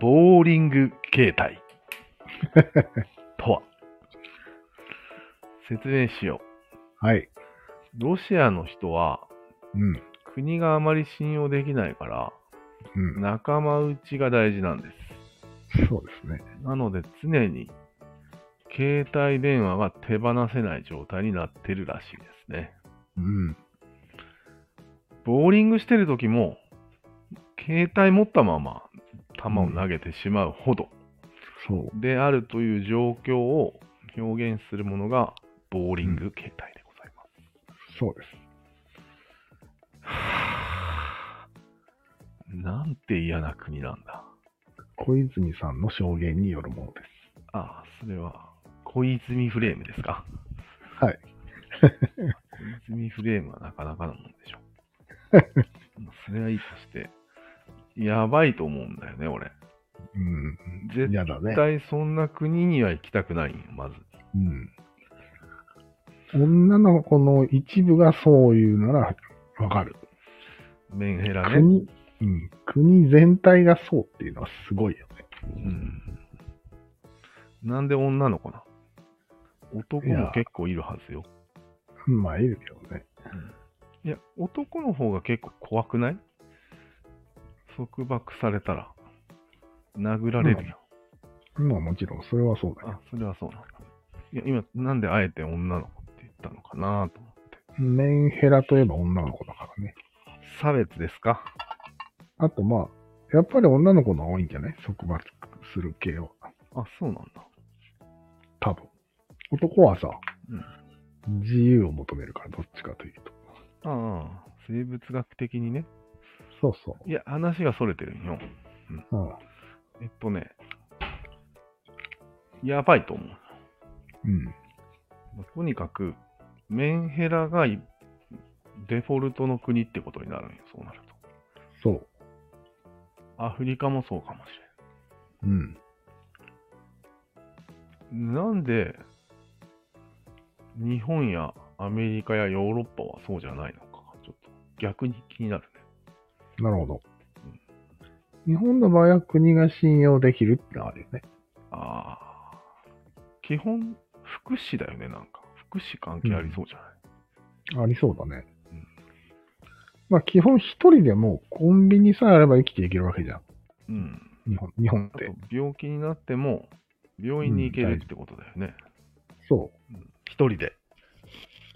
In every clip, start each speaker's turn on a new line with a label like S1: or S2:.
S1: ボーリング形態 とは説明しよ
S2: はい。
S1: う。ロシアの人は
S2: うん。
S1: 国があまり信用できないから
S2: うん。
S1: 仲間内が大事なんです。
S2: そうですね。
S1: なので常に携帯電話が手放せない状態になってるらしいですね。
S2: うん。
S1: ボーリングしてる時も、携帯持ったまま球を投げてしまうほど
S2: そう。
S1: であるという状況を表現するものが、ボーリング形態でございます。
S2: そうです。
S1: はぁなんて嫌な国なんだ。
S2: 小泉さんの証言によるものです。
S1: ああ、それは、小泉フレームですか。
S2: はい。
S1: 小泉フレームはなかなかなもんで しょ。まあそれはいいとして、やばいと思うんだよね、俺。
S2: うん。
S1: 絶
S2: 嫌だね
S1: 絶。対そんな国には行きたくないよ、まず。
S2: うん。女の子の一部がそういうならわかる。
S1: メンヘラね。
S2: 国、うん。国全体がそうっていうのはすごいよね。
S1: うん。なんで女の子なの男
S2: いや
S1: も結構いるはずよ。
S2: まあ、いるけどね。
S1: いや、男の方が結構怖くない束縛されたら、殴られるよ。
S2: まあもちろん、それはそうだよ。
S1: あ、それはそうなんだ。いや、今、なんであえて女の子って言ったのかなと思って。
S2: メンヘラといえば女の子だからね。
S1: 差別ですか
S2: あとまあ、やっぱり女の子の方が多いんじゃない束縛する系は。
S1: あ、そうなんだ。
S2: 多分。男はさ、
S1: うん
S2: 自由を求めるから、どっちかというと。
S1: ああ、生物学的にね。
S2: そうそ
S1: いや、話がそれてるんよ。
S2: う。うん。
S1: えっとね、やばいと思う。
S2: うん。
S1: とにかく、メンヘラがいデフォルトの国ってことになるんよ、そうなる
S2: そう。
S1: と。アフリカもそうかもし
S2: うん。
S1: れん。なんで、日本やアメリカやヨーロッパはそうじゃないのか、ちょっと逆に気になるね。
S2: なるほど。日本の場合は国が信用できるってのはあるよね。
S1: ああ。基本、福祉だよね、なんか。福祉関係ありそうじゃない、
S2: ありそうだね
S1: うん。
S2: まあ基本一人でもコンビニさえあれば生きていけるわけじゃん。
S1: うん、
S2: 日本日本
S1: あ
S2: っ
S1: と
S2: て。、
S1: 病気になっても、病院に行けるってことだよね。
S2: そう。
S1: 一人で。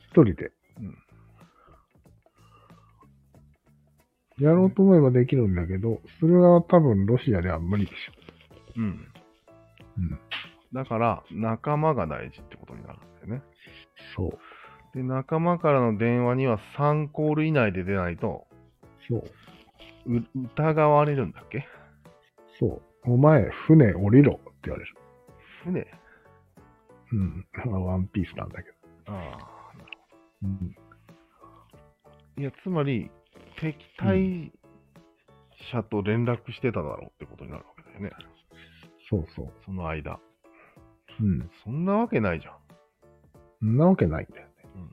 S2: 一人で。
S1: うん
S2: やろうと思えばできるんだけど、それは多分ロシアでは無理でしょ。
S1: うん。
S2: うん
S1: だから、仲間が大事ってことになるんだよね。
S2: そう。
S1: で、仲間からの電話には3コール以内で出ないと、
S2: そう。
S1: う疑われるんだっけ
S2: そう。お前、船降りろって言われる。
S1: 船
S2: うん。まあワンピースなんだけど。
S1: ああ。
S2: うん、
S1: いや、つまり、敵対者と連絡してただろうってことになるわけだよね。
S2: そうそう。
S1: その間。
S2: うん。
S1: そんなわけないじゃん。
S2: そんなわけないんだよね。
S1: うん、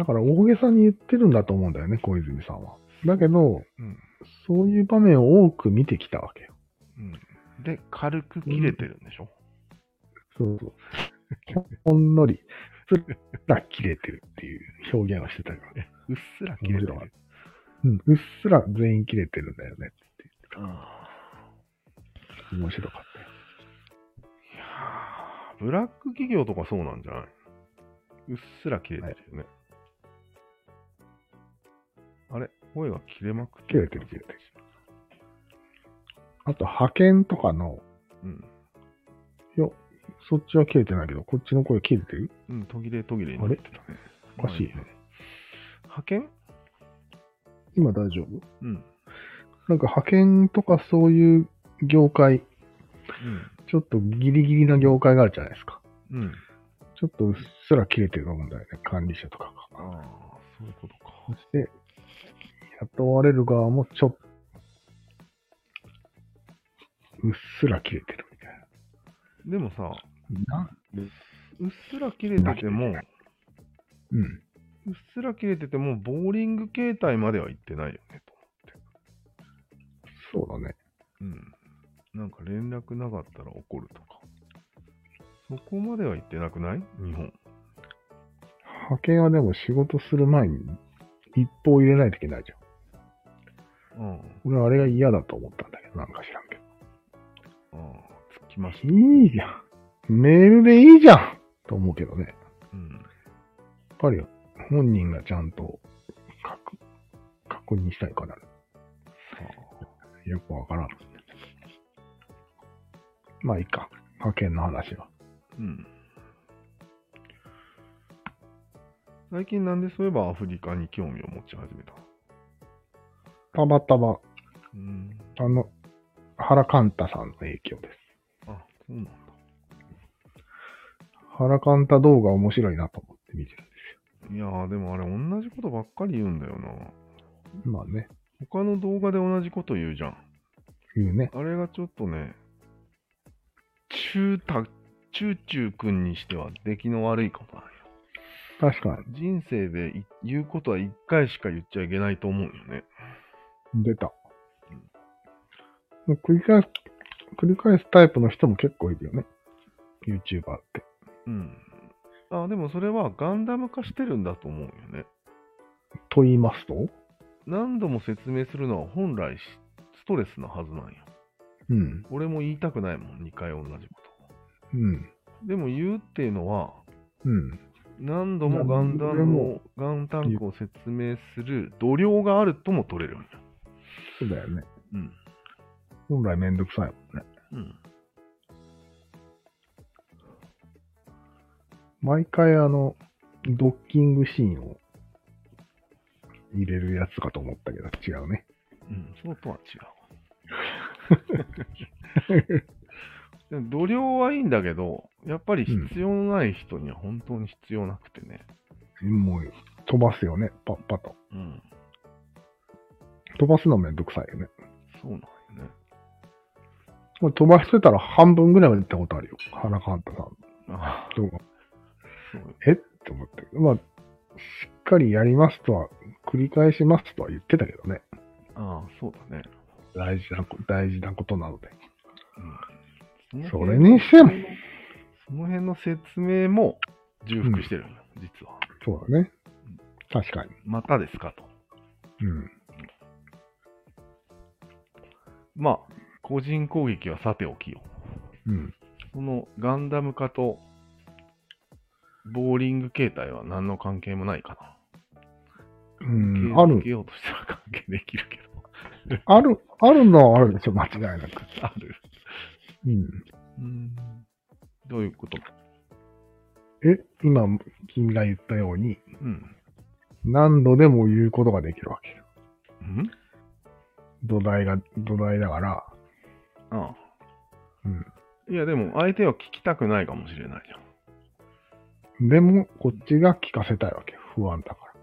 S2: だから大げさに言ってるんだと思うんだよね、小泉さんは。だけど、
S1: うん
S2: そういう場面を多く見てきたわけよ。
S1: うん。で、軽く切れてるんでしょ、
S2: そうそう。 ほんのり、すら切れてるっていう表現をしてたからね。
S1: うっすら切れて
S2: 面白かっ
S1: る。
S2: うん。うっすら全員切れてるんだよねって言ってた
S1: あ
S2: 面白かったよ。
S1: ーいやーブラック企業とかそうなんじゃないうっすら切れてるよね。あれ声が切れまくって
S2: 切れてる切れてるあと、派遣とかの、
S1: うん。
S2: そっちは切れてないけど、こっちの声切れてる
S1: うん、途切れ途切れになってたね。
S2: おかしいね
S1: まあね。派遣
S2: 今大丈夫
S1: うん。
S2: なんか派遣とかそういう業界、ちょっとギリギリな業界があるじゃないですか。
S1: うん。うん。
S2: ちょっとうっすら切れてると思うんだよね、管理者とか
S1: あ
S2: が。
S1: あ、そういうことか。
S2: そして、雇われる側もちょっと、うっすら切れてるみたい
S1: でもさ、
S2: な。な
S1: うっすら切れてても、
S2: うん。
S1: うっすら切れてても、ボーリング形態までは行ってないよね、と。
S2: そうだね。
S1: なんか連絡なかったら怒るとか。そこまでは言ってなくない日本。
S2: 派遣はでも仕事する前に一報入れないといけないじゃん。
S1: うん。
S2: 俺はあれが嫌だと思ったんだけど、なんか知らんけど。
S1: うん。つきました。
S2: いいじゃん。メールでいいじゃんと思うけどね。
S1: うん。
S2: やっぱり本人がちゃんと確確認したいから、
S1: さ
S2: よくわからん。まあいいか。派遣の話は。
S1: あ。うん。最近なんでそういえばアフリカに興味を持ち始めた
S2: たまたま、
S1: うん。
S2: あの、原寛太さんの影響です。
S1: あ、そうなんだ。
S2: 原寛太動画面白いなと思って見てるんで
S1: いやー、でもあれ同じことばっかり言うんだよな。
S2: すよ。まあね、
S1: 他の動画で同じこと言うじゃん。
S2: 言うね。
S1: あれがちょっとね、チュータ、チューチュー君にしては出来の悪いことなんよ。
S2: 確か
S1: 人生でい言うことは一回しか言っちゃいけないと思うよね。
S2: に、出た。もう繰り返す、繰り返すタイプの人も結構いるよね。YouTuber って。
S1: うん。あ、でもそれはガンダム化してるんだと思うよね。
S2: と言いますと
S1: 何度も説明するのは本来しストレスなはずなんよ。
S2: うん。
S1: 俺も言いたくないもん、2回同じこ
S2: うん。
S1: と。でも言うっていうのは、
S2: うん。
S1: 何度もガンダムを、ガンタンクを説明する度量があるとも取れるんよ。
S2: そうだよね。
S1: うん。
S2: 本来めんどくさいもんね。
S1: うん。
S2: 毎回あの、ドッキングシーンを入れるやつかと思ったけど、違うね。
S1: うん、そうとは違 う。でも度量はいいんだけど、やっぱり必要のない人には本当に必要なくてね。
S2: もう飛ばすよね、パッパと。
S1: うん、
S2: 飛ばすのめんどくさいよね。
S1: そうなんよね。
S2: これ飛ばしてたら半分ぐらいまで行ったことあるよ。原監督さんの
S1: ああ、
S2: 動画。っ
S1: そうよ
S2: て思ったけど、まあ、しっかりやりますとは、繰り返しますとは言ってたけどね。
S1: ああ、そうだね。
S2: 大事なこ、大事なことなので。
S1: うん、
S2: それにしても、
S1: その辺の説明も重複してるんよ、実は。
S2: そうだね。確かに。
S1: またですかと。
S2: うん。
S1: まあ、個人攻撃はさておきよ。
S2: うん。
S1: そのガンダム化とボーリング形態は何の関係もないかな。
S2: うん、あ
S1: つけ
S2: る、
S1: ようとしたら関係できるけど。
S2: ある、あるのはあるでしょ、間違いなく。
S1: ある。
S2: うん。
S1: うん。どういうこと
S2: え、今、君が言ったように、
S1: うん。
S2: 何度でも言うことができるわけよ。
S1: うん
S2: 土台が、土台だから、
S1: ああ。
S2: うん。
S1: いや、でも相手は聞きたくないかもしれないじゃん。
S2: でも、こっちが聞かせたいわけよ。不安だから。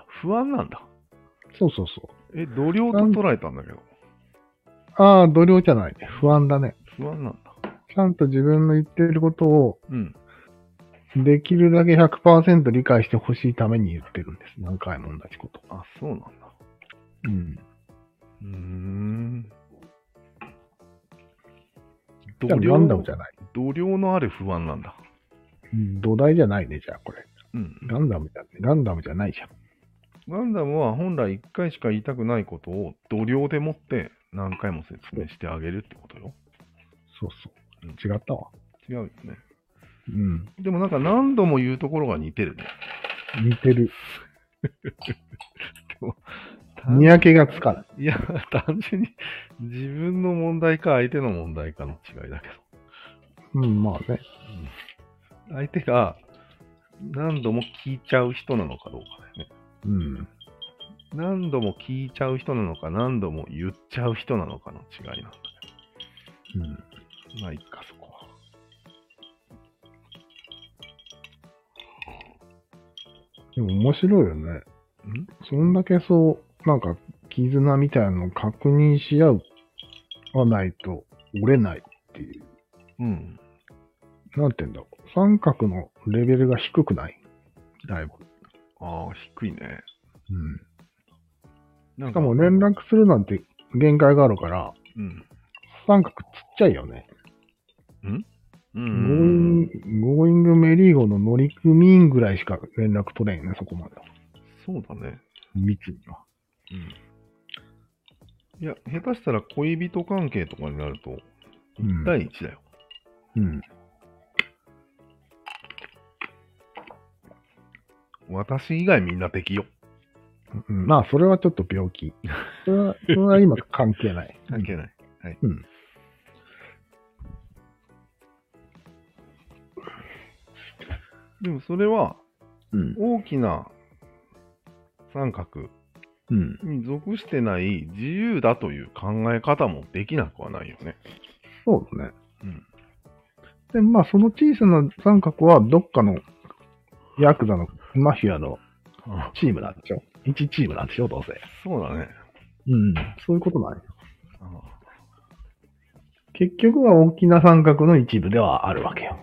S1: あ、不安なんだ。
S2: そうそうそ
S1: え、度量と捉えたんだけど。
S2: う。ああ、度量じゃないね。不安だね。
S1: 不安なんだ。
S2: ちゃんと自分の言ってることを、
S1: うん。
S2: できるだけ100%理解してほしいために言ってるんです。何回も同じこと。
S1: あ、そうなんだ。
S2: うん。
S1: うーん。
S2: じゃ
S1: 度
S2: あ、
S1: 量
S2: ガンダムじゃない。
S1: 度量のある不安なんだ。
S2: うん土台じゃないね、じゃあ、これ。
S1: うん。
S2: ガンダムじゃ、ガンダムじゃないじゃん。
S1: ガンダムは本来1回しか言いたくないことを度量でもって何回も説明してあげるってことよ。
S2: そうそう。違ったわ。
S1: 違うよね。
S2: うん。
S1: でもなんか何度も言うところが似てるね。
S2: 似てる。
S1: い
S2: 見
S1: や、
S2: 分けがつかな い。
S1: いや、単純に自分の問題か相手の問題かの違いだけ
S2: うん、まあね。
S1: ど。相手が何度も聞いちゃう人なのかどうかだよね。
S2: うん。
S1: 何度も聞いちゃう人なのか何度も言っちゃう人なのかの違いなんだ
S2: うん。
S1: けど。まあいいか、そこは。
S2: でも面白いよね。
S1: ん
S2: そんだけそう、なんか、絆みたいなのを確認し合う、はないと折れないっていう。
S1: うん。
S2: なんて言うんだろう。三角のレベルが低くないだいぶ。
S1: ああ、低いね。
S2: うん。
S1: なん
S2: しかも連絡するなんて限界があるから、
S1: うん。
S2: 三角ちっちゃいよね。
S1: う
S2: ゴーイン
S1: ん。
S2: グ、ゴーイングメリーゴの乗組員ぐらいしか連絡取れんよね、そこまでは。
S1: そうだね。
S2: 密には。
S1: いや、下手したら恋人関係とかになると、
S2: うん
S1: 第一だよ。
S2: うん。
S1: 私以外みんな敵よ。
S2: うん、まあ、それはちょっと病 気。それは、それは今関係ない。
S1: 関係ない。はい。
S2: うん
S1: でもそれは、
S2: うん。
S1: 大きな三角
S2: うん。
S1: に属してない自由だという考え方もできなくはないよね。
S2: そうだね。
S1: うん。
S2: で、まあ、その小さな三角は、どっかのヤクザのマフィアのチームなんでしょ一チームなんでしょどうせ。
S1: そうだね。
S2: うん。そういうことなんよ
S1: あ
S2: 結局は大きな三角の一部ではあるわけよ。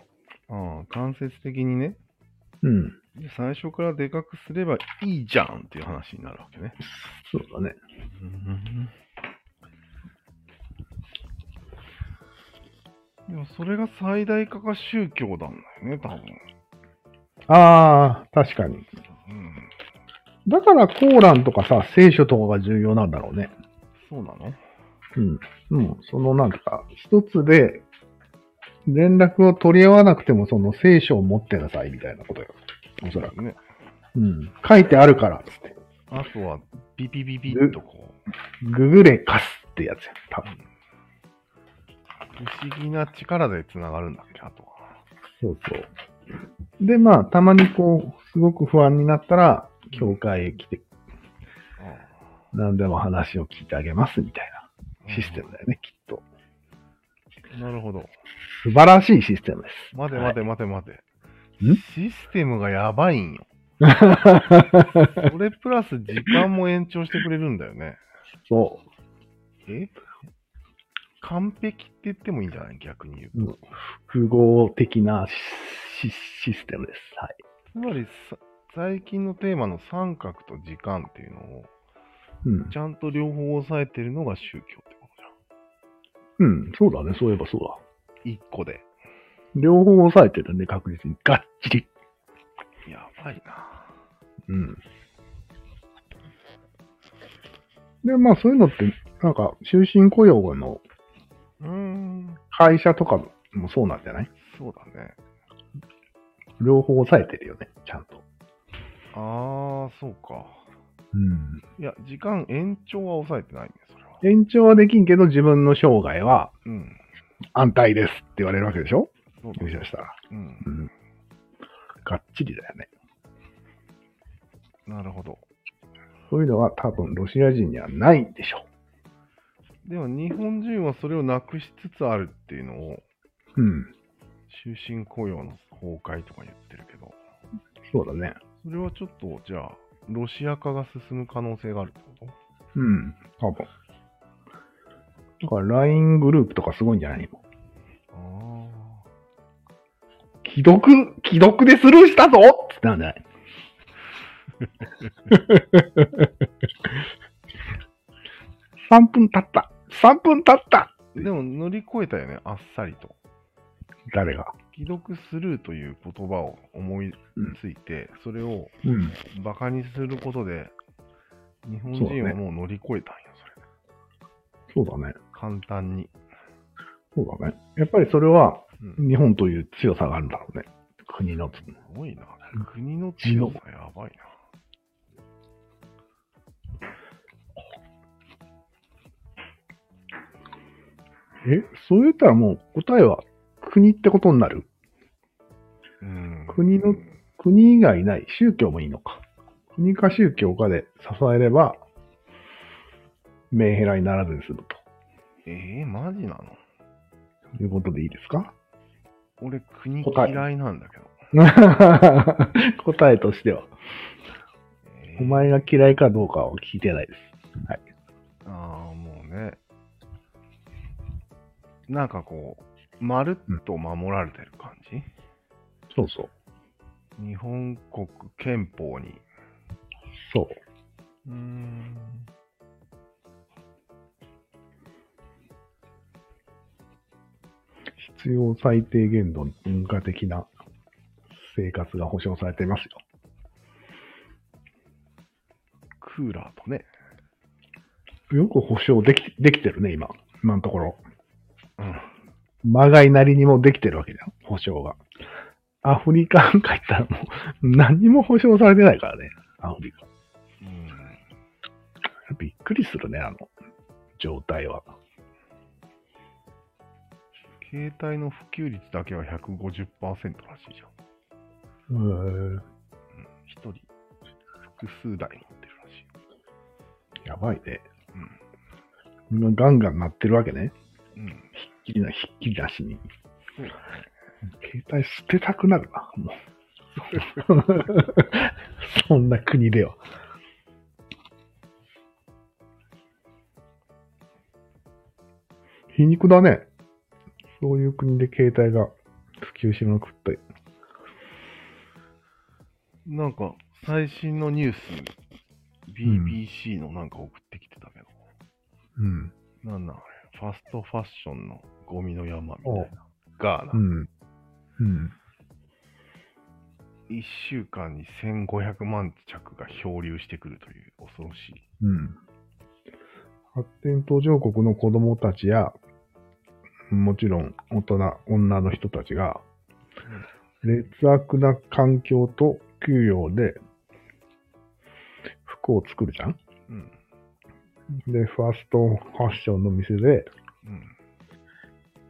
S1: あ間接的にね、
S2: うん。
S1: 最初からでかくすればいいじゃんっていう話になるわけね。
S2: そうだね。
S1: でもそれが最大化が宗教なんだよね、多分。
S2: ああ、確かに。
S1: うん、
S2: だからコーランとかさ、聖書とかが重要なんだろうね。
S1: そうなの
S2: うん。もう、そのなんか、一つで、連絡を取り合わなくても、その聖書を持ってなさいみたいなことよ。おそらく。
S1: ね。
S2: うん。書いてあるから、つって。
S1: あとは、ビビビビッとこう、
S2: ググれかすってやつや。多分。
S1: 不思議な力でつながるんだけど、あとは。
S2: そうそう。で、まあ、たまにこう、すごく不安になったら、教会へ来て、何でも話を聞いてあげますみたいなシステムだよね、きっと。
S1: ム。なるほど。
S2: 素晴らしいシステムです。
S1: 待て待て待て待て。
S2: ん
S1: システムがやばい んよ。それプラス時間も延長してくれるんだよね。
S2: そ
S1: え完璧って言ってもいいんじゃない逆に言う
S2: う。うん複合的なシシシステムです。はい。
S1: つまりさ最近のテーマの三角と時間っていうのを
S2: うん。
S1: ちゃんと両方押さえてるのが宗教ってこと
S2: うん、そうだね。そういえばそうだ。
S1: じゃん。一個で。
S2: 両方押さえてるね、確実に。がっちり。
S1: やばいな。
S2: うん。で、まあそういうのって、なんか、終身雇用の
S1: うーん、
S2: 会社とかもそうなんじゃない
S1: そうだね。
S2: 両方押さえてるよね、ちゃんと。
S1: あー、そうか。
S2: うん。
S1: いや、時間延長は抑えてないね、それは。
S2: 延長はできんけど、自分の生涯は
S1: うん。
S2: 安泰ですって言われるわけでしょ
S1: そうだ
S2: 入
S1: ね
S2: 社したら。
S1: うん
S2: う。ん。がっちりだよね。
S1: なるほど。
S2: そういうのは多分ロシア人にはないでしょ
S1: でも日本人はそれをなくしつつあるっていうのを
S2: う。うん。
S1: 終身雇用の崩壊とか言ってるけど、
S2: そうだね。
S1: それはちょっと、じゃあ、ロシア化が進む可能性があるってこと
S2: うん。多分。だから LINE グループとかすごいんじゃないの
S1: ああ。
S2: 既読、既読でスルーしたぞっつったんじゃない3分経った。3分経った
S1: でも乗り越えたよね、あっさりと。
S2: 誰が
S1: 既読スルーという言葉を思いついて、それを
S2: うん。
S1: バカにすることで、日本
S2: そう
S1: 人
S2: だ
S1: は
S2: ね
S1: もう乗り越えたんよ、それ。
S2: そうだね。
S1: 簡単に。
S2: そうだね。やっぱりそれは
S1: うん、
S2: 日本という強さがあるんだろうね。国の。
S1: すごいな。国の強さやばいな。
S2: え、そう言ったらもう答えは国ってことになる
S1: うん、
S2: 国の国以外ない。宗教もいいのか。国か宗教かで支えれば、メンヘラにならずに済む
S1: えー、マジなの
S2: ということでいいですか
S1: 俺、国
S2: 答え
S1: 嫌いなんだけど。
S2: 答えとしては。
S1: え
S2: お
S1: ー
S2: 前が嫌いかどうかを聞いてないです。
S1: ああ、もうね。なんかこう、まるっと守られてる感じ、
S2: そうそう。
S1: 日本国憲法に。
S2: そう
S1: ーん。
S2: 必要最低限度の文化的な生活が保障されていますよ。
S1: クーラーとね。
S2: よく保証できできてるね、今。今のところ。
S1: うん。
S2: まがいなりにもできてるわけじゃん、保証が。アフリカなんか行ったらもう何も保証されてないからね、アフリカ。
S1: うん、
S2: びっくりするね、あの状態は。
S1: 携帯の普及率だけは150%らしいじゃん。
S2: うー
S1: う
S2: ん
S1: ん一人、複数台持ってるらしい。
S2: やばいね。うん、ガンガン鳴ってるわけね。
S1: うん。
S2: ひっきりな、ひっきりなしに。
S1: そうだ
S2: 携帯捨てたくなるな、も う。そんな国では。皮肉だね。そういう国で携帯が普及しまくって。
S1: ね。なんか、最新のニュース、BBC のなんか送ってきてたけど、
S2: うん。
S1: なんなんあれ、ファストファッションのゴミの山みたいな。ガーナ、
S2: うん。うん。
S1: 1週間に1500万着が漂流してくるという恐ろしい。
S2: うん。発展途上国の子供たちや、もちろん大人、女の人たちが、劣悪な環境と給与で服を作るじゃん
S1: うん。
S2: で、ファーストファッションの店で
S1: うん。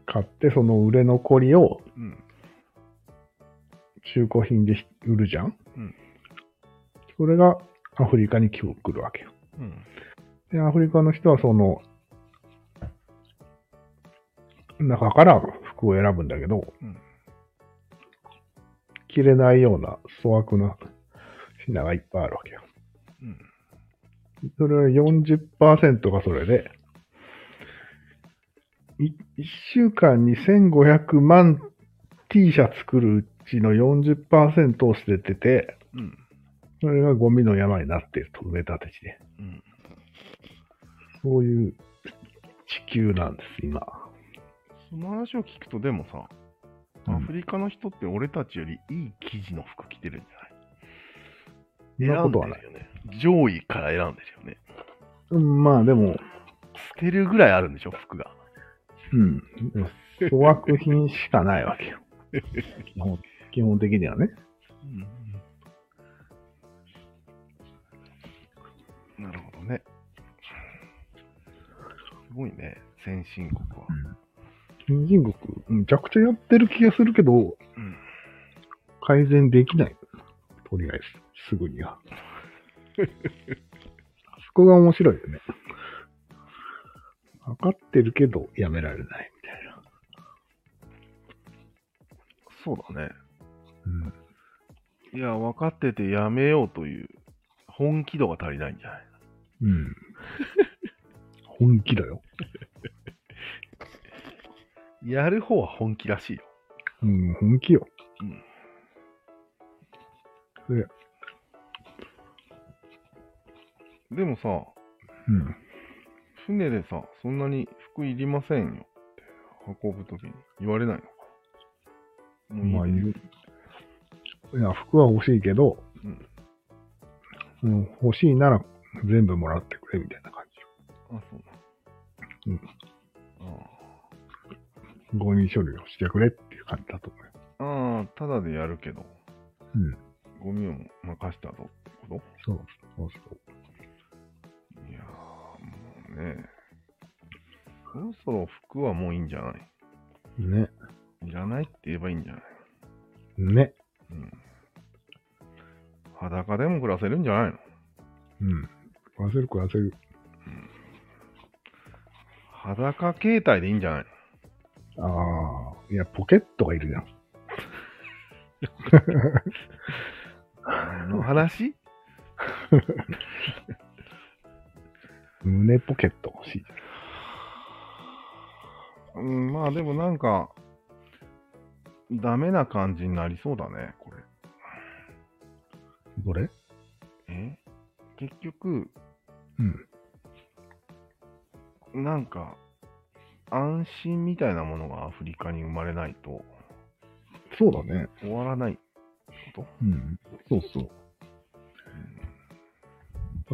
S2: 買って、その売れ残りを
S1: うん。
S2: 中古品で売るじゃん、
S1: うん
S2: それがアフリカに来るわけよ。
S1: うん。
S2: で、アフリカの人はその、中から服を選ぶんだけど、
S1: うん
S2: 着れないような粗悪な品がいっぱいあるわけよ。
S1: うん。
S2: それは40%がそれで、1週間に1500万 T シャツ作るうちの40%を捨ててて、
S1: うん。
S2: それがゴミの山になっていると、埋め立て地で。
S1: うん。
S2: そういう地球なんです、今。
S1: その話を聞くと、でもさ、
S2: うん
S1: アフリカの人って俺たちよりいい生地の服着てるんじ
S2: そ
S1: ゃ
S2: んな
S1: ない選
S2: こ
S1: ん
S2: と
S1: で
S2: はない。
S1: るよね。上位から選んでるよね。
S2: うんまあでも、
S1: 捨てるぐらいあるんでしょ、服が。
S2: うん。でも粗悪品しかないわけ よ。基本基本的にはね。
S1: なるほどね。すごいね、先進国は。
S2: 先進国、むちゃくちゃやってる気がするけど、
S1: うん
S2: 改善できない。とりあえず、すぐ には。そこが面白いよね。分かってるけど、やめられないみたいな。
S1: そうだね。
S2: うん
S1: いや、分かっててやめようという本気度が足りないんじゃない
S2: うん。本気だよ。
S1: やる方は本気らしいよ。
S2: うん、本気よ。
S1: うん
S2: それ。
S1: でもさ、
S2: うん。
S1: 船でさ、そんなに服いりませんよって運ぶときに言われないのか。
S2: ま
S1: も
S2: あ
S1: ういい
S2: 言う。いや、服は欲しいけど、
S1: うん
S2: うん欲しいなら全部もらってくれみたいな感
S1: あ、そう
S2: うん
S1: だ。あ
S2: じ。ゴミ処理をしてくれっていう感じだと思うよ。
S1: あああ、ただでやるけど、
S2: うん。
S1: ゴミを任したぞってこ
S2: そうそうそう。
S1: といやー、もうね。そろそろ服はもういいんじゃない
S2: ね。
S1: いらないって言えばいいんじゃない
S2: ね。
S1: うん。裸でも暮らせるんじゃないの
S2: うん。忘れるか忘れる。
S1: 裸携帯でいいんじゃない
S2: ああ。いや、ポケットがいるじゃん。
S1: のの話
S2: 胸ポケット欲しい。
S1: うん、まあでもなんか、ダメな感じになりそうだね、これ。
S2: どれ
S1: え結局、
S2: うん。
S1: なんか、安心みたいなものがアフリカに生まれないと
S2: そうだね。
S1: 終わらないこと
S2: うん。そうそう。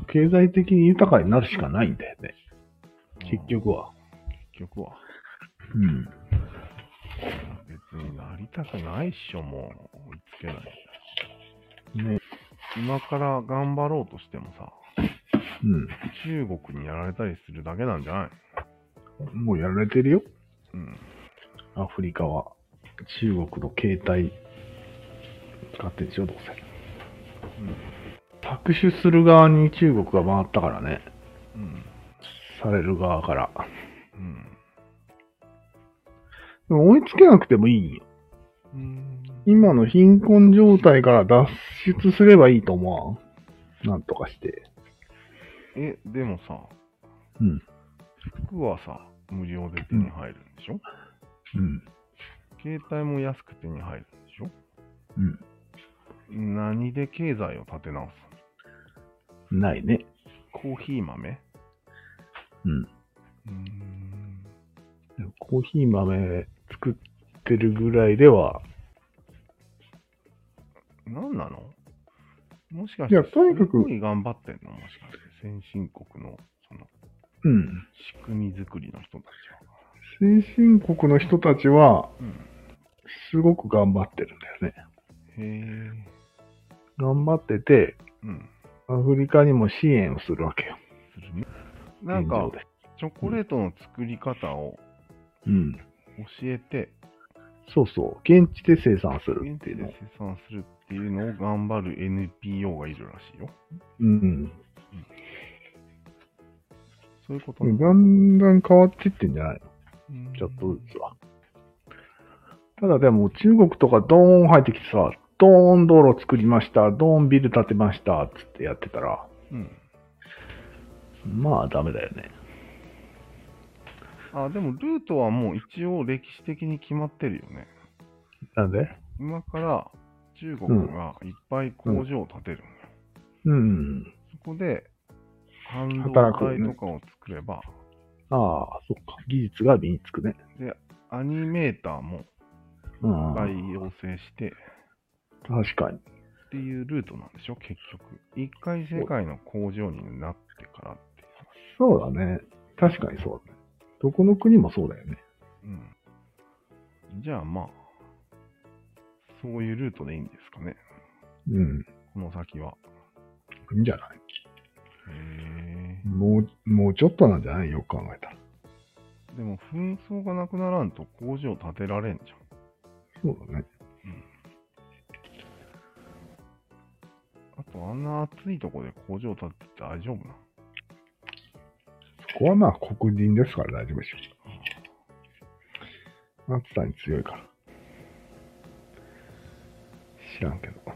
S2: 経済的に豊かになるしかないんだよね。結局は。
S1: 結局は。
S2: うん。
S1: 別になりたくないっしょ、もう。追いつけない。
S2: ね。
S1: 今から頑張ろうとしてもさ、中国にやられたりするだけなんじゃない
S2: うん。もうやられてるよ。
S1: うん。
S2: アフリカは。中国の携帯使ってんでしょ、どうせ。搾取する側に中国が回ったからね。
S1: うん。
S2: される側から。
S1: うん。
S2: でも追いつけなくてもいいんよ。
S1: うん。
S2: 今の貧困状態から脱出すればいいと思わん。なんとかして。
S1: え、でもさ、
S2: うん。
S1: 服はさ、無料で手に入るんでしょ、
S2: うん。
S1: 携帯も安く手に入るんでしょ
S2: うん。
S1: 何で経済を立て直す
S2: ないね。
S1: コーヒー豆
S2: うん。
S1: うーん。
S2: コーヒー豆作ってるぐらいでは。
S1: 何なのもしかして、
S2: いやとにかく
S1: すごい頑張ってんのもしかして、先進国の、その、
S2: うん。
S1: 仕組み作りの人たちは。
S2: 先進国の人たちは、
S1: うん。
S2: すごく頑張ってるんだよ
S1: へ
S2: ね。
S1: え。
S2: 頑張ってて、
S1: うん。
S2: アフリカにも支援をするわけよ。
S1: するね。なんか
S2: 現状、で
S1: チョコレートの作り方を
S2: うん。
S1: 教えて、
S2: そうそう。現地で生産する
S1: 限
S2: って
S1: 定
S2: いうの
S1: で。生産するっていうのを頑張る NPO がいるらしいよ。
S2: うん。
S1: そういうこと
S2: だんだん変わっていってんじゃないのち
S1: ち
S2: ょっとずつは。ただでも中国とかドーン入ってきてさ、ドーン道路作りました、ドーンビル建てました、つってやってたら、
S1: うん。
S2: まあダメだよね。
S1: あ、でもルートはもう一応歴史的に決まってるよね。
S2: なんで
S1: 今から中国がいっぱい工場を建てるのよ、
S2: うん。
S1: そこで半導
S2: 働く
S1: 体と
S2: ね
S1: かを作れば、
S2: ああ、そっか。技術が身につくね。
S1: アニメーターも
S2: うん。
S1: いっぱい養成して
S2: 確かに。
S1: っていうルートなんでしょ、結局。一回世界の工場になってからっていう
S2: そうだね。確かにそうだね。どこの国もそうだよね。
S1: 話。うん。じゃあまあ、そういうルートでいいんですかね、
S2: うん。
S1: この先は。
S2: いいんじゃない
S1: へ
S2: もう、もうちょっとなんじゃないよく考えたら。
S1: え。でも紛争がなくならんと工場建てられんじゃん。
S2: そうだね。
S1: あと、あんな暑いとこで工場建てて大丈夫な
S2: そこはまあ黒人ですから大丈夫でしょ。暑さに強いから。知らんけど。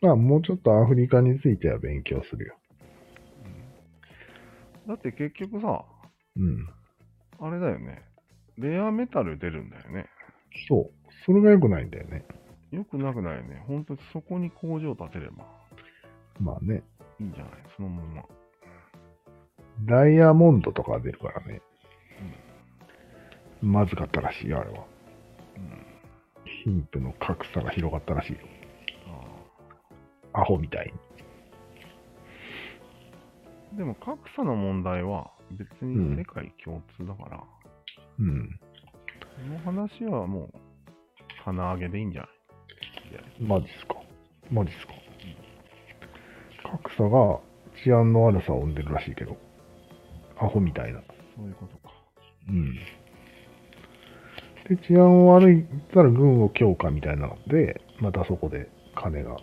S2: まあもうちょっとアフリカについては勉強するよ。
S1: だって結局さ、
S2: うん。
S1: あれだよね。レアメタル出るんだよね。
S2: そう。それが良くないんだよね。
S1: よくなくないよね。本当にそこに工場建てれば
S2: まあね。
S1: いいんじゃないそのまま。
S2: ダイヤモンドとか出るからね。まずかったらしいよ、あれは。
S1: うん。
S2: 貧富の格差が広がったらしいよ。
S1: あ
S2: アホみたいに。
S1: あでも格差の問題は別に世界共通だから、
S2: うん。
S1: この話はもう棚上げでいいんじゃない
S2: マジっすか。マジっすか。格差が治安の悪さを生んでるらしいけど。アホみたいな。
S1: そういうことか。
S2: うん。で、治安悪いったら軍を強化みたいなので、またそこで金が。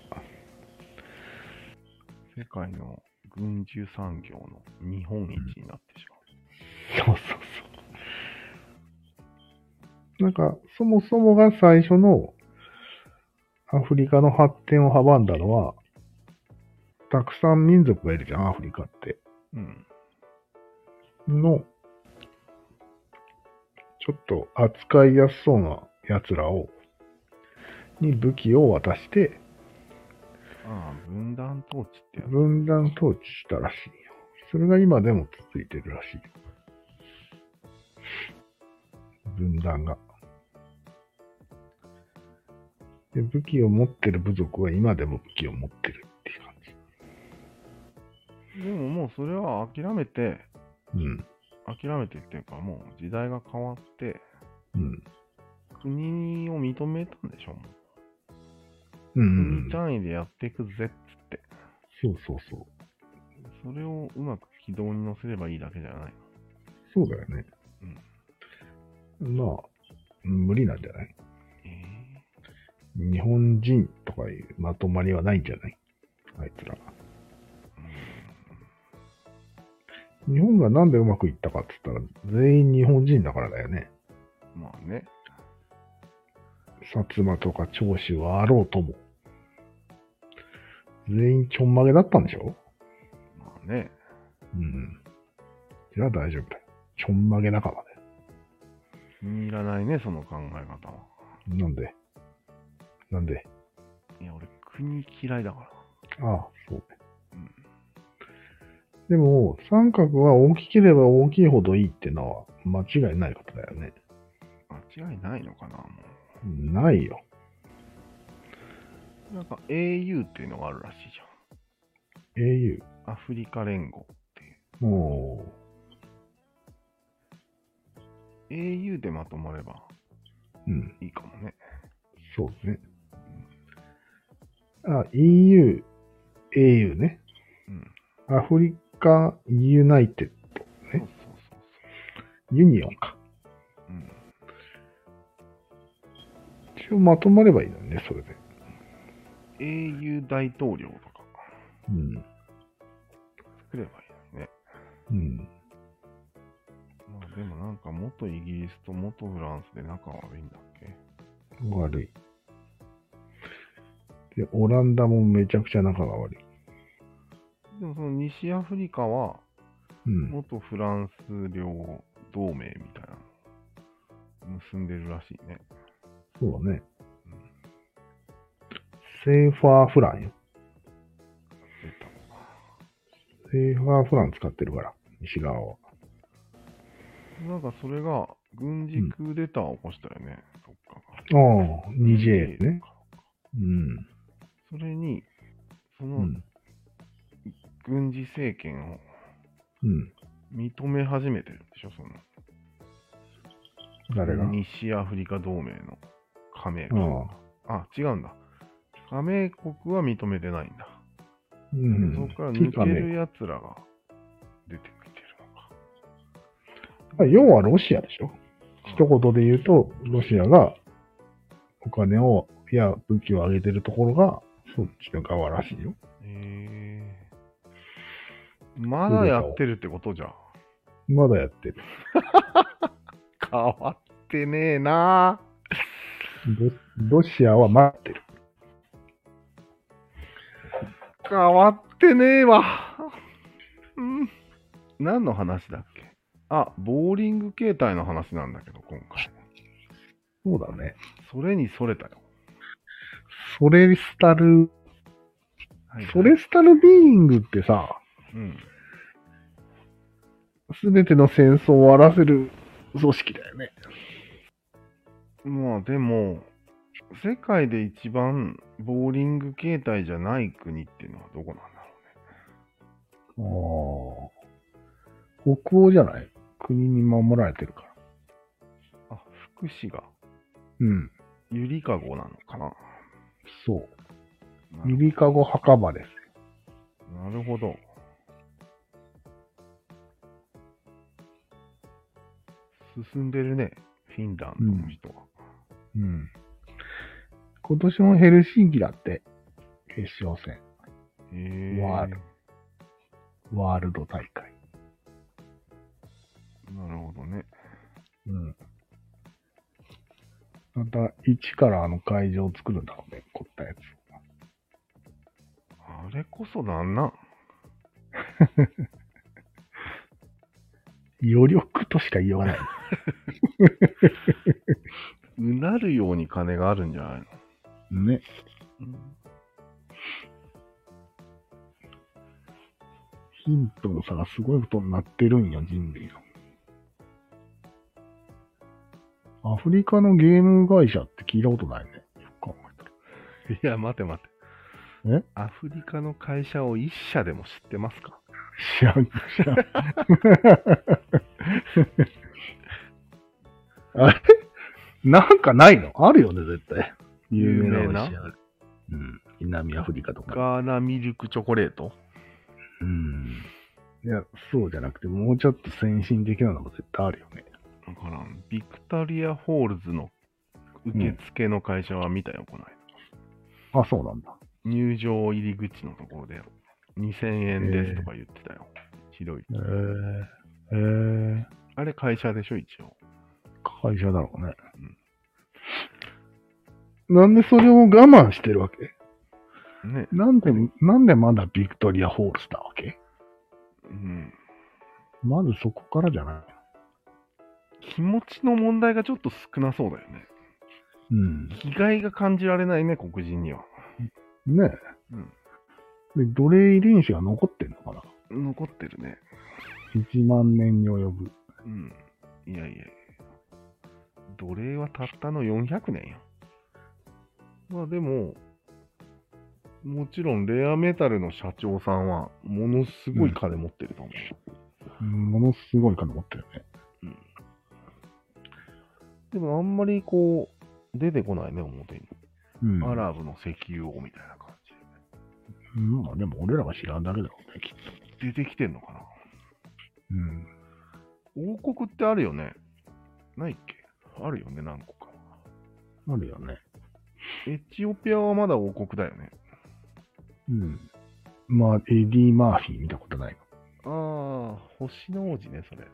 S1: 世界の軍需産業の日本一になってしまう。
S2: そうそうそう。なんか、そもそもが最初のアフリカの発展を阻んだのは、たくさん民族がいるじゃん、アフリカって。
S1: うん。
S2: の、ちょっと扱いやすそうな奴らを、に武器を渡して、
S1: ああ、分断統治ってやつ。
S2: 分断統治したらしいよ。それが今でも続いてるらしい。分断が。で武器を持ってる部族は今でも武器を持ってるっていう感じ。
S1: でももうそれは諦めて、
S2: うん。
S1: 諦めてっていうか、もう時代が変わって、
S2: うん。
S1: 国を認めたんでしょ、も
S2: うん
S1: う
S2: うんうん
S1: 国。単位でやっていくぜっつって。
S2: そうそうそう。
S1: それをうまく軌道に乗せればいいだけじゃない
S2: そうだよね。うん。まあ、無理なんじゃない
S1: え
S2: 日本人とかいうまとまりはないんじゃないあいつら。日本がなんでうまくいったかって言ったら、全員日本人だからだよね。
S1: えまあね。
S2: 薩摩とか長州はあろうとも。全員ちょんまげだったんでしょ
S1: まあね。
S2: うん。じゃあ大丈夫だよ。ちょんまげ仲間だよ。
S1: 気に入らないね、その考え方は。
S2: なんでなんで
S1: いや、俺、国嫌いだから。
S2: ああ、そうね
S1: うん。
S2: でも、三角は大きければ大きいほどいいってのは間違いないことだよね。
S1: 間違いないのかな、も
S2: ないよ。
S1: う。なんか AU っていうのがあるらしいじ
S2: au。
S1: ゃん。アフリカ連合っていう。
S2: もう、
S1: au でまとまれば
S2: うん、
S1: いいかもね。
S2: そうね。あ、EU、au ね。
S1: うん。
S2: アフリカユナイテッ
S1: そうそうそう
S2: ド、ユニオンか。
S1: そう。うん。
S2: 一応まとまればいいのにね、それで。
S1: au 大統領とか
S2: うん。
S1: 作ればいいのにね。
S2: うん。
S1: まあでもなんか元イギリスと元フランスで仲悪いんだっけ
S2: 悪い。で、オランダもめちゃくちゃ仲が悪い。
S1: でもその西アフリカは
S2: うん。
S1: 元フランス領同盟みたいなの結んでるらしいね。
S2: そうだね。セーファーフランよ。
S1: 出た。
S2: セーファーフラン使ってるから、西側は。
S1: なんかそれが軍事クーデターを起こしたよね、どっかが。
S2: ああ、ニジェール
S1: ね
S2: ね。。うん。
S1: それに、そうの
S2: ん。
S1: 軍事政権を
S2: うん。
S1: 認め始めてるんでしょ、その。
S2: 誰があ
S1: 西アフリカ同盟の加盟国。
S2: あ。
S1: あ、違うんだ。加盟国は認めてないんだ。
S2: うん。
S1: そこから抜
S2: つか
S1: ける
S2: ね
S1: やつらが出てきてるのか。
S2: あ要はロシアでしょ一言で言うと、ロシアがお金を、いや、武器を上げてるところが、そっちの側らしいよ。
S1: えー、まだやってるってことじゃん。
S2: まだやってる。
S1: 変わってねえな
S2: ロロシアは待ってる。
S1: 変わってねえわ。うん。何の話だっけあ、ボーリング形態の話なんだけど、今回。
S2: そうだね。
S1: それにそれたよ。
S2: ソレスタル、ソレスタルビーイングってさ、
S1: うん。
S2: すべての戦争を終わらせる組織だよね。
S1: まあでも、世界で一番ボーリング形態じゃない国っていうのはどこなんだろ
S2: ああ。北欧じゃない国に守られてるから。
S1: うね。あ、福祉が
S2: うん。
S1: ゆりかごなのかな。
S2: そう。
S1: な
S2: ゆ
S1: る
S2: りかご墓場です。
S1: なるほど。進んでるね、フィンランドの人は。
S2: うん。今年もヘルシンキだって、決勝戦、
S1: へえ
S2: ワールワールド大会。
S1: なるほどね。
S2: うん。また、一からあの会場を作るんだろうね、凝ったやつ。
S1: あれこそなんなん
S2: 余力としか言いようがない。
S1: うなるように金があるんじゃないの、
S2: ね。ヒントの差がすごいことになってるんよ、人類の。アフリカのゲーム会社って聞いたことないね。よく考えたら。
S1: いや、待て待て。
S2: え
S1: アフリカの会社を一社でも知ってますか
S2: 知らん、知らん。 あれなんかないのあるよね、絶対。有名な
S1: 有名
S2: な。うん。南アフリカとか。
S1: ガーナミルクチョコレート
S2: うん。いや、そうじゃなくて、もうちょっと先進的なのが絶対あるよね。
S1: わからん。ビクタリアホールズの受付の会社は見たよ、こない
S2: あ、そうなんだ。
S1: だ。入場入り口のところで2000円ですとか言ってたよ。ひどい。
S2: へえ。へえ。
S1: あれ会社でしょ、一応。
S2: 会社だろうね。なんでそれを我慢してるわけ
S1: ね。
S2: なんで、なんでまだビクトリアホールスなわけ
S1: うん。
S2: まずそこからじゃない
S1: 気持ちの問題がちょっと少なそうだよね。
S2: うん。
S1: 気概が感じられないね、黒人には。
S2: ねえ。で、奴隷遺伝子が残ってんのかな
S1: 残ってるね。
S2: ?1 万年に及ぶ。
S1: うん。いやいやいや。奴隷はたったの400年よ。まあでも、もちろんレアメタルの社長さんはものすごい金持ってると思
S2: ものすごい金持ってるね。
S1: う。でもあんまりこう、出てこないね、表に。
S2: うん。
S1: アラブの石油王みたいな感
S2: うん。まあでも俺らが知らんだけだろうね、きっと。
S1: じ。出てきてんのかな
S2: うん。
S1: 王国ってあるよねないっけあるよね、何個か。
S2: あるよね。
S1: エチオピアはまだ王国だよね。
S2: うん。まあ、エディ・マーフィー見たことない
S1: ああ、星の王子ね、それ。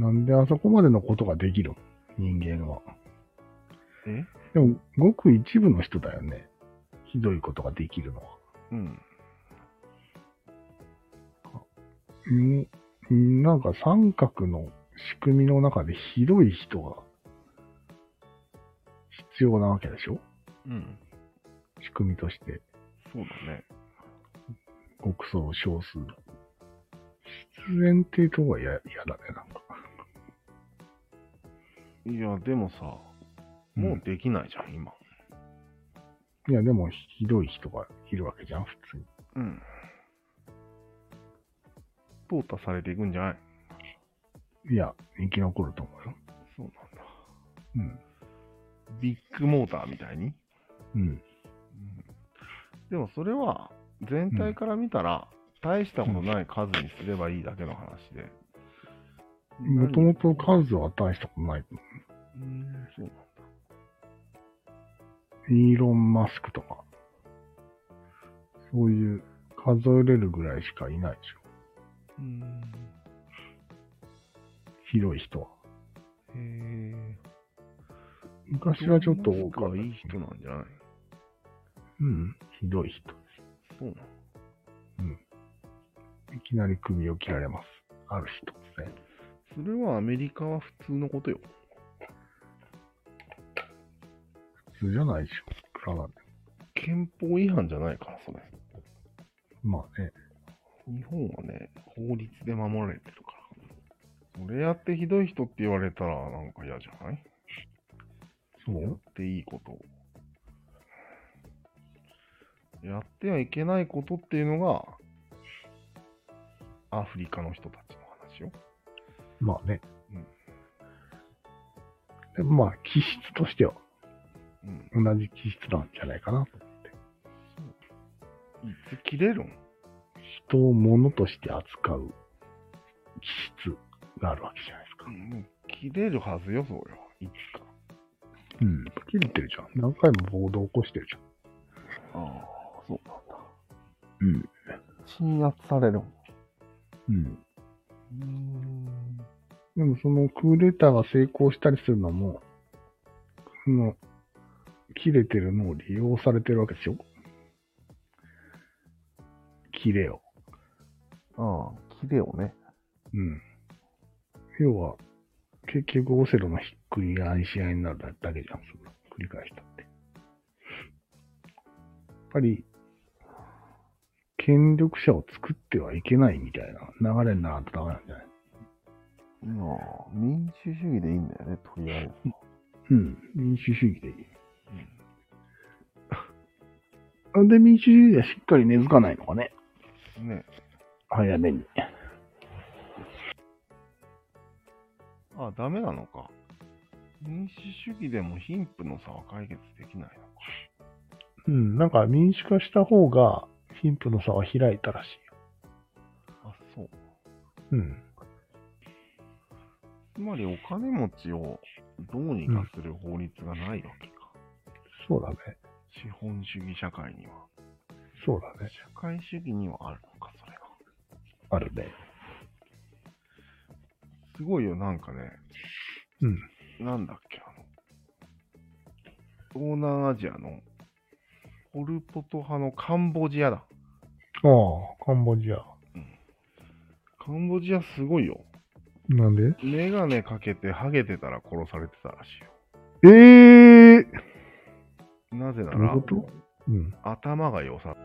S2: の。なんであそこまでのことができる人間は。
S1: え
S2: でも、ごく一部の人だよね。ひどいことができるのは。
S1: うん。
S2: うん、なんか三角の仕組みの中でひどい人が必要なわけでしょ
S1: うん。
S2: 仕組みとして。
S1: そうだね。
S2: 極層少数。必然っていうとこは嫌嫌だね、なんか。
S1: いや、でもさ、もうできないじゃん、今。
S2: いや、でもひどい人がいるわけじゃん、普通に。
S1: うん。淘汰されていくんじゃない
S2: いや、生き残ると思うよ。
S1: そうなんだ。
S2: うん。
S1: ビッグモーターみたいに。
S2: うん。
S1: でもそれは、全体から見たら、大したことない数にすればいいだけの話で。
S2: もともと数は大したことない。
S1: うん、そうなんだ。
S2: イーロン・マスクとか。そういう数えれるぐらいしかいないでしょ。
S1: うん。
S2: ひどい人は。
S1: へえ。
S2: 昔はちょっと多
S1: 僕
S2: かった
S1: は
S2: けど。
S1: いい人なんじゃない
S2: うん。ひどい人。
S1: そうなん
S2: いきなり首を切られます。ある人ですね。
S1: それはアメリカは普通のことよ。
S2: 普通じゃないでしょ。いくらなんで
S1: 憲法違反じゃないから、それ。
S2: も。まあね。
S1: 日本はね、法律で守られてるから。それやってひどい人って言われたらなんか嫌じゃない
S2: そう
S1: やっていいことを。やってはいけないことっていうのが、アフリカの人たちの話よ。
S2: まあね。
S1: うん
S2: でもまあ、気質としては
S1: うん。
S2: 同じ気質なんじゃないか
S1: い
S2: な。
S1: つ切れるん
S2: 人を物として扱う気質があるわけじゃないですか。
S1: もう切れるはずよ、そうよ。いつか。
S2: うん。切れてるじゃん。何回も暴動起こしてるじ
S1: ああ、そうなんだ。
S2: ゃん。うん。
S1: 鎮圧されるん。
S2: うん。
S1: うん。
S2: でもそのクーデターが成功したりするのも、その、切れてるのを利用されてるわけでしょ切れを。
S1: ああ、切れをね。
S2: うん。要は、結局オセロのひっくり返し合いになるだけじゃん。その繰り返したって。やっぱり、権力者を作ってはいけないみたいな流れにならんとダメなんじゃない
S1: まあ、民主主義でいいんだよね、とりあえず。
S2: うん。民主主義でいい。なんで民主主義はしっかり根付かないのかね
S1: ね。
S2: 早めに。
S1: あ、ダメなのか。民主主義でも貧富の差は解決できないのか。
S2: うん。なんか民主化した方が貧富の差は開いたらしいよ。
S1: あ、そう。
S2: うん。
S1: つまりお金持ちをどうにかする法律がないわけか。
S2: そうだね。
S1: 資本主義社会には。
S2: そうだね。
S1: 社会主義にはあるのか、それが。
S2: あるね。
S1: すごいよ、なんかね。なんだっけ、あの、東南アジアの、ポルポト派のカンボジアだ。
S2: うん。ああ、カンボジア。
S1: カンボジアすごいよ。
S2: なんで
S1: メガネかけてハゲてたら殺されてたらしいよ。
S2: ええー、
S1: なぜな
S2: どういう
S1: ら
S2: こ、とうん。
S1: 頭が良さ。